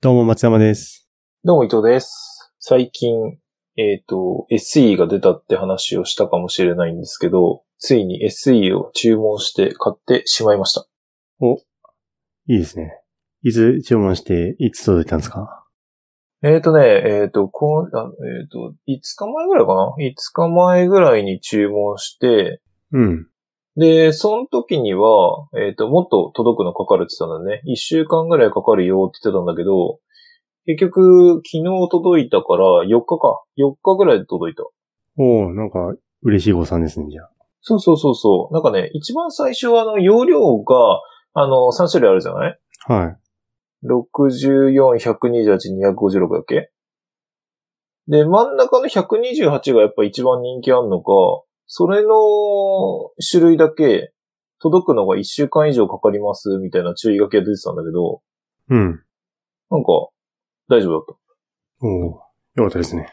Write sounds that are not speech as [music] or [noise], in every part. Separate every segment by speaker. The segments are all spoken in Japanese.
Speaker 1: どうも、松山です。
Speaker 2: どうも伊藤です。最近、えっ、と、SE が出たって話をしたかもしれないんですけど、ついに SE を注文して買ってしまいました。
Speaker 1: いいですね。いつ注文して、いつ届いたんですか
Speaker 2: えっ、とね、えっ、と、こう、あえっ、と、5日前ぐらいかな ?5 日前ぐらいに注文して、
Speaker 1: うん。
Speaker 2: で、その時には、えっ、と、もっと届くのかかるって言ってたんだね。1週間ぐらいかかるよって言ってたんだけど、結局、昨日届いたから4日か。4日ぐらいで届いた。
Speaker 1: おー、なんか、嬉しい誤算ですね、じゃあ。
Speaker 2: そうそうそうそう。なんかね、一番最初はあの、容量が、あの、3種類あるじゃない
Speaker 1: はい。
Speaker 2: ?64、128、256だっけで、真ん中の128がやっぱ一番人気あんのか、それの種類だけ届くのが1週間以上かかりますみたいな注意書きが出てたんだけど、
Speaker 1: うん。
Speaker 2: なんか大丈夫だっ
Speaker 1: おー、よかったですね。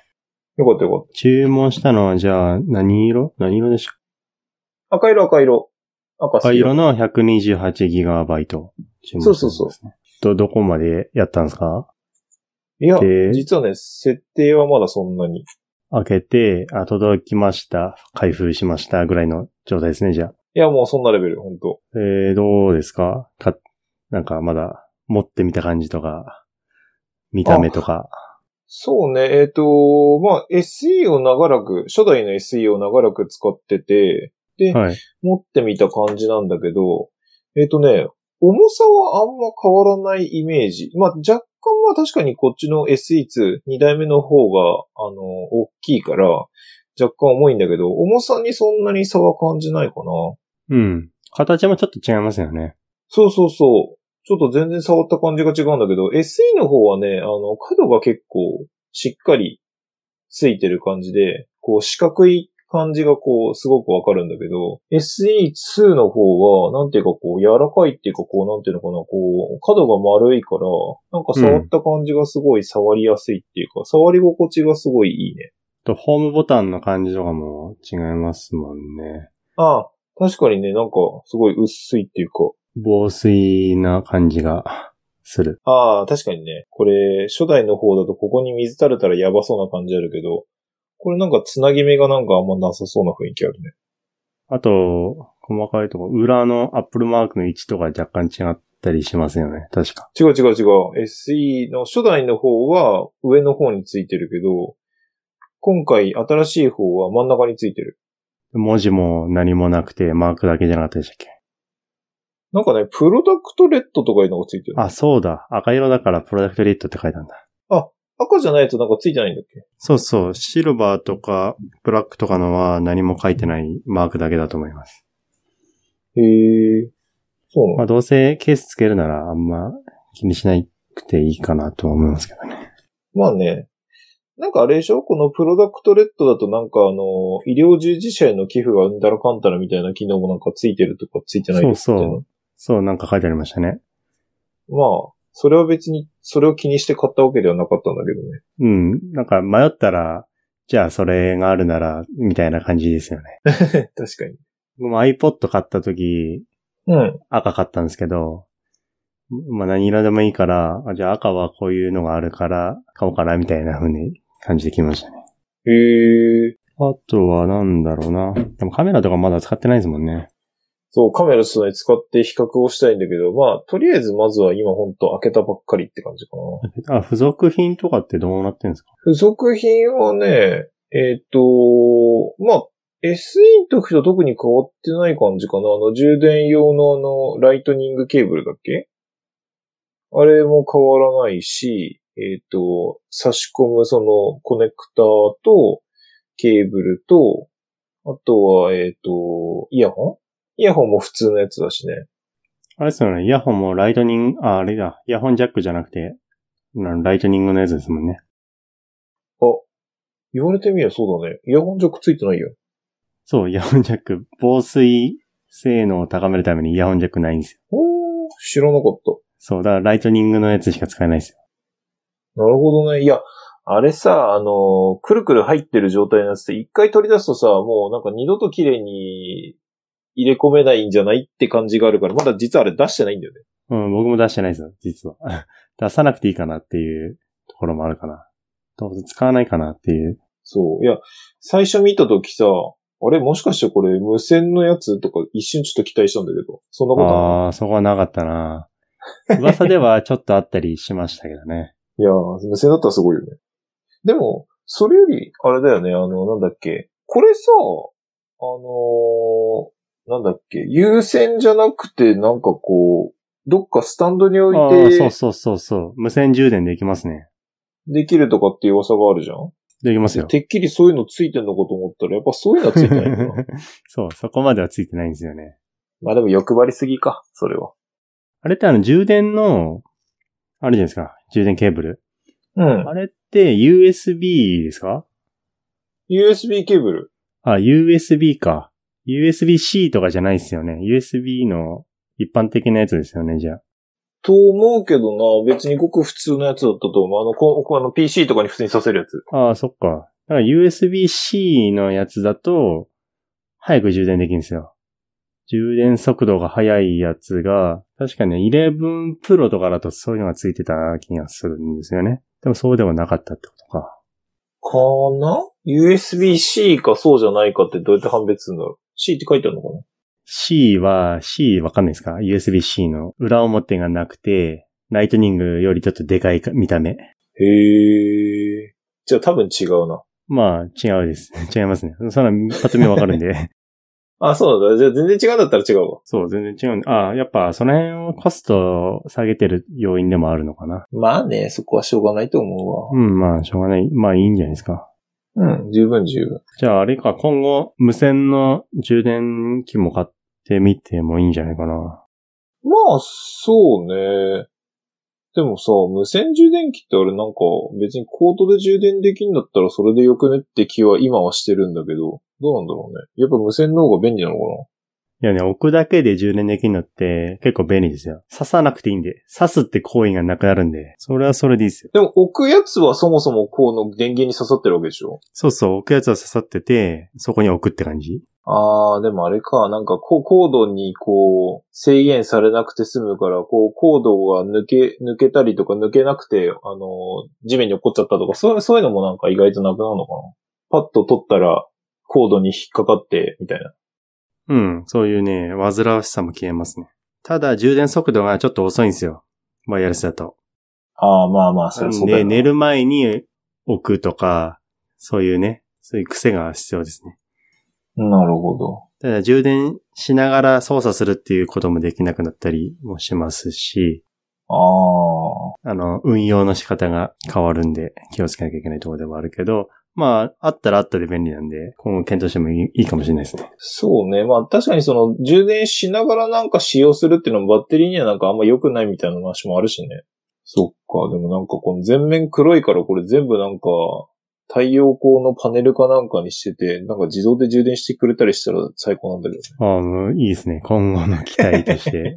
Speaker 2: た。よかったよかっ
Speaker 1: 注文したのは、じゃあ、何色何色でした
Speaker 2: た。赤色赤色。赤好き
Speaker 1: 赤色の 128GB 注文したんですね
Speaker 2: そうそうそう
Speaker 1: ど、どこまでやったんですか
Speaker 2: いや
Speaker 1: で、
Speaker 2: 実はね、設定はまだそんなに。
Speaker 1: 開けて、あ、届きました。開封しました。ぐらいの状態ですね、じゃあ。
Speaker 2: いや、もうそんなレベル、本当
Speaker 1: えー、どうですかか、なんかまだ、持ってみた感じとか、見た目とか。
Speaker 2: そうね、えっ、と、まあ、SE を長らく、初代の SE を長らく使ってて、で、
Speaker 1: はい。
Speaker 2: 持ってみた感じなんだけど、えっ、とね、重さはあんま変わらないイメージ。まあ、若干は確かにこっちの SE2、2代目の方が、あの、大きいから、若干重いんだけど、重さにそんなに差は感じないかな。
Speaker 1: うん。形もちょっと違いますよね。
Speaker 2: そうそうそう。ちょっと全然触った感じが違うんだけど、SE の方はね、あの、角が結構しっかりついてる感じで、こう四角い感じがこうすごくわかるんだけど、SE2 の方は、なんていうかこう柔らかいっていうかこうなんていうのかな、こう角が丸いから、なんか触った感じがすごい触りやすいっていうか、触り心地がすごいいいね。
Speaker 1: と、ホームボタンの感じとかも違いますもんね。
Speaker 2: ああ、確かにね、なんかすごい薄いっていうか、
Speaker 1: 防水な感じがする。
Speaker 2: ああ、確かにね。これ、初代の方だとここに水垂れたらやばそうな感じあるけど、これなんかつなぎ目がなんかあんまなさそうな雰囲気あるね。
Speaker 1: あと、細かいとこ、裏のアップルマークの位置とか若干違ったりしますよね。確か。
Speaker 2: 違う違う違う。SE の初代の方は上の方についてるけど、今回新しい方は真ん中についてる。
Speaker 1: 文字も何もなくて、マークだけじゃなかったでしたっけ
Speaker 2: なんかね、プロダクトレッドとかいうのがついてる。
Speaker 1: あ、そうだ。赤色だからプロダクトレッドって書いたんだ。
Speaker 2: 赤じゃないとなんかついてないんだっけ
Speaker 1: そうそう。シルバーとか、ブラックとかのは何も書いてないマークだけだと思います。
Speaker 2: へえ。そうなの
Speaker 1: まあ、どうせケースつけるならあんま気にしなくていいかなとは思いますけどね。
Speaker 2: まあね。なんかあれでしょこのプロダクトレッドだとなんかあの、医療従事者への寄付がうんだらかんたらみたいな機能もなんかついてるとかついてないとか
Speaker 1: そうそう
Speaker 2: みたい
Speaker 1: そう、なんか書いてありましたね。
Speaker 2: なまあ、それは別に、それを気にして買ったわけではなかったんだけどね。
Speaker 1: うん。なんか迷ったら、じゃあそれがあるなら、みたいな感じですよね。
Speaker 2: [laughs] 確かに。
Speaker 1: 僕も iPod 買った時、
Speaker 2: うん。
Speaker 1: 赤買ったんですけど、まあ何色でもいいから、あじゃあ赤はこういうのがあるから、買おうかな、みたいな風に感じてきましたね。
Speaker 2: へえ。
Speaker 1: あとはなんだろうな。でもカメラとかまだ使ってないですもんね。
Speaker 2: そう、カメラそれ使って比較をしたいんだけど、まあ、とりあえずまずは今ほんと開けたばっかりって感じかな。
Speaker 1: あ、付属品とかってどうなってんですか
Speaker 2: 付属品はね、えっ、と、まあ、SE の時と特に変わってない感じかな。あの、充電用のあの、ライトニングケーブルだっけあれも変わらないし、えっ、と、差し込むそのコネクターとケーブルと、あとは、えっ、と、イヤホンイヤホンも普通のやつだしね。
Speaker 1: あれですよね。イヤホンもライトニング、あ、あれだ。イヤホンジャックじゃなくて、なライトニングのやつですもんね。
Speaker 2: あ、言われてみればそうだね。イヤホンジャックついてないよ。
Speaker 1: そう、イヤホンジャック。防水性能を高めるためにイヤホンジャックないんですよ。
Speaker 2: おー、知らなかった。
Speaker 1: そう、だからライトニングのやつしか使えないですよ。
Speaker 2: なるほどね。いや、あれさ、あの、くるくる入ってる状態のやつって一回取り出すとさ、もうなんか二度と綺麗に入れ込めないんじゃないって感じがあるから、まだ実はあれ出してないんだよね。
Speaker 1: うん、僕も出してないですよ、実は。 [laughs] 出さなくていいかなっていうところもあるかな。どうせ使わないかなっていう。
Speaker 2: そう。いや、最初見たときさ、あれもしかしてこれ無線のやつとか一瞬ちょっと期待したんだけど、そんなことな
Speaker 1: ああー、そこはなかったな。噂ではちょっとあったりしましたけどね。
Speaker 2: いいやー、無線だったらすごいよね。でも、それより、あれだよね、あの、なんだっけ。これさ、あのーなんだっけ、有線じゃなくて、なんかこう、どっかスタンドに [laughs] 置
Speaker 1: ああ
Speaker 2: い
Speaker 1: ー、そう
Speaker 2: て
Speaker 1: そうそうそう。無線充電できますね。
Speaker 2: できるとかっていう噂があるじゃん
Speaker 1: できますよ。
Speaker 2: てっきりそういうのついてんのかと思ったら、やっぱそういうのはついてないんだ
Speaker 1: [laughs]
Speaker 2: な。
Speaker 1: そう、そこまではついてないんですよね。
Speaker 2: まあでも欲張りすぎか、それは。
Speaker 1: あれってあの充電の、あれじゃないですか。充電ケーブル。
Speaker 2: うん
Speaker 1: あ。れって USB ですか
Speaker 2: USB ケーブル。
Speaker 1: あ、USB か。USB-C とかじゃないですよね。USB の一般的なやつですよね、じゃあ。
Speaker 2: と思うけどな、別にごく普通のやつだったと思う。あの、ここあの PC とかに普通にさせるやつ。
Speaker 1: ああ、そっか。だから USB-C のやつだと、早く充電できるんですよ。充電速度が速いやつが、確かね、11 Pro とかだとそういうのがついてた気がするんですよね。でもそうでもなかったってことか。
Speaker 2: かな ?USB-C かそうじゃないかってどうやって判別するんだろう ?C って書いてあるのか
Speaker 1: C は、C わかんないですか ?USB-C の裏表がなくて、ライトニングよりちょっとでかいか見た目。
Speaker 2: なへえ。じゃあ多分違うな。
Speaker 1: まあ、違うです。 [laughs] 違いますね。そんな、一発目わかるんで。
Speaker 2: あ、そうなんだ。じゃあ全然違うんだったら違うわ。
Speaker 1: そう、全然違うんで。ああ、やっぱ、その辺をコストを下げてる要因でもあるのかな。
Speaker 2: まあね、そこはしょうがないと思
Speaker 1: うん、まあ、しょうがない。まあ、いいんじゃないですか。
Speaker 2: うわ。うん、十分十分。
Speaker 1: じゃあ、あれか、今後、無線の充電器も買ってみてもいいんじゃないかな。
Speaker 2: まあ、そうね。でもさ、無線充電器ってあれなんか別にコートで充電できんだったらそれでよくねって気は今はしてるんだけど、どうなんだろうね。やっぱ無線の方が便利なのか
Speaker 1: いやね、置くだけで充電できるのって結構便利ですよ。刺さなくていいんで。刺すって行為がなくなるんで。それはそれでいいですよ。
Speaker 2: なでも置くやつはそもそもこの電源に刺さってるわけでしょ
Speaker 1: そうそう、置くやつは刺さってて、そこに置くって感じ。
Speaker 2: あー、でもあれか、なんかこうコードにこう制限されなくて済むから、こうコードが抜け、抜けたりとか抜けなくて、あの、地面に落っこっちゃったとか、そうそういうのもなんか意外となくなるのかな。パッと取ったらコードに引っかかって、みたいな。
Speaker 1: うん、そういうね、煩わしさも消えますね。ただ、充電速度がちょっと遅いんですよ。ワイヤレスだと。
Speaker 2: ああ、まあまあ、それはそうだ
Speaker 1: で、
Speaker 2: よな
Speaker 1: 寝る前に置くとか、そういうね、そういう癖が必要ですね。
Speaker 2: なるほど。
Speaker 1: ただ、充電しながら操作するっていうこともできなくなったりもしますし、
Speaker 2: ああ。
Speaker 1: あの、運用の仕方が変わるんで、気をつけなきゃいけないところでもあるけど、まあ、あったらあったで便利なんで、今後検討してもいいいいかもしれないですね。
Speaker 2: そうね。まあ確かにその充電しながらなんか使用するっていうのもバッテリーにはなんかあんま良くないみたいな話もあるしね。そっか。でもなんかこの全面黒いからこれ全部なんか太陽光のパネルかなんかにしてて、なんか自動で充電してくれたりしたら最高なんだけ
Speaker 1: ああ、もういいですね。今後の期待と
Speaker 2: [laughs]
Speaker 1: して、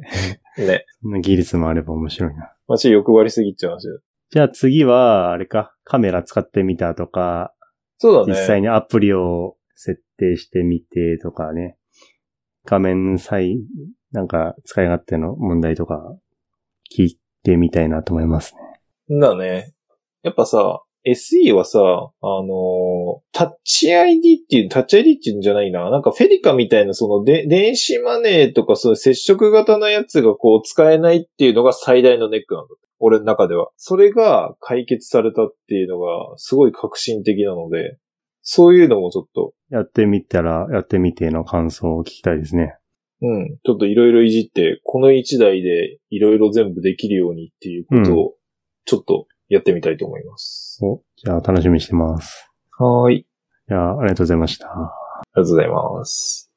Speaker 2: どね。ね。
Speaker 1: そんな技術もあれば面白いな。
Speaker 2: まあちょっと欲張りすぎっちゃう話だ。
Speaker 1: じゃあ次は、あれか、カメラ使ってみたとか、
Speaker 2: そうだ
Speaker 1: 実
Speaker 2: ね。
Speaker 1: 際にアプリを設定してみてとかね、画面再、なんか使い勝手の問題とか聞いてみたいなと思いますね。
Speaker 2: だね。やっぱさ、SE はさ、あのータッチ ID っていう、タッチ ID っていうんじゃないな。なんかフェリカみたいな、そので、電子マネーとかそういう接触型のやつがこう使えないっていうのが最大のネックなんだ。俺の中では。それが解決されたっていうのがすごい革新的なので、そういうのもちょっと、
Speaker 1: やってみたら、やってみての感想を聞きたいですね。
Speaker 2: うん、ちょっといろいろいじって、この一台でいろいろ全部できるようにっていうことを、ちょっとやってみたいと思います。
Speaker 1: お、じゃあ楽しみにしてます。
Speaker 2: はーい。
Speaker 1: じゃあ、ありがとうございました。
Speaker 2: ありがとうございます。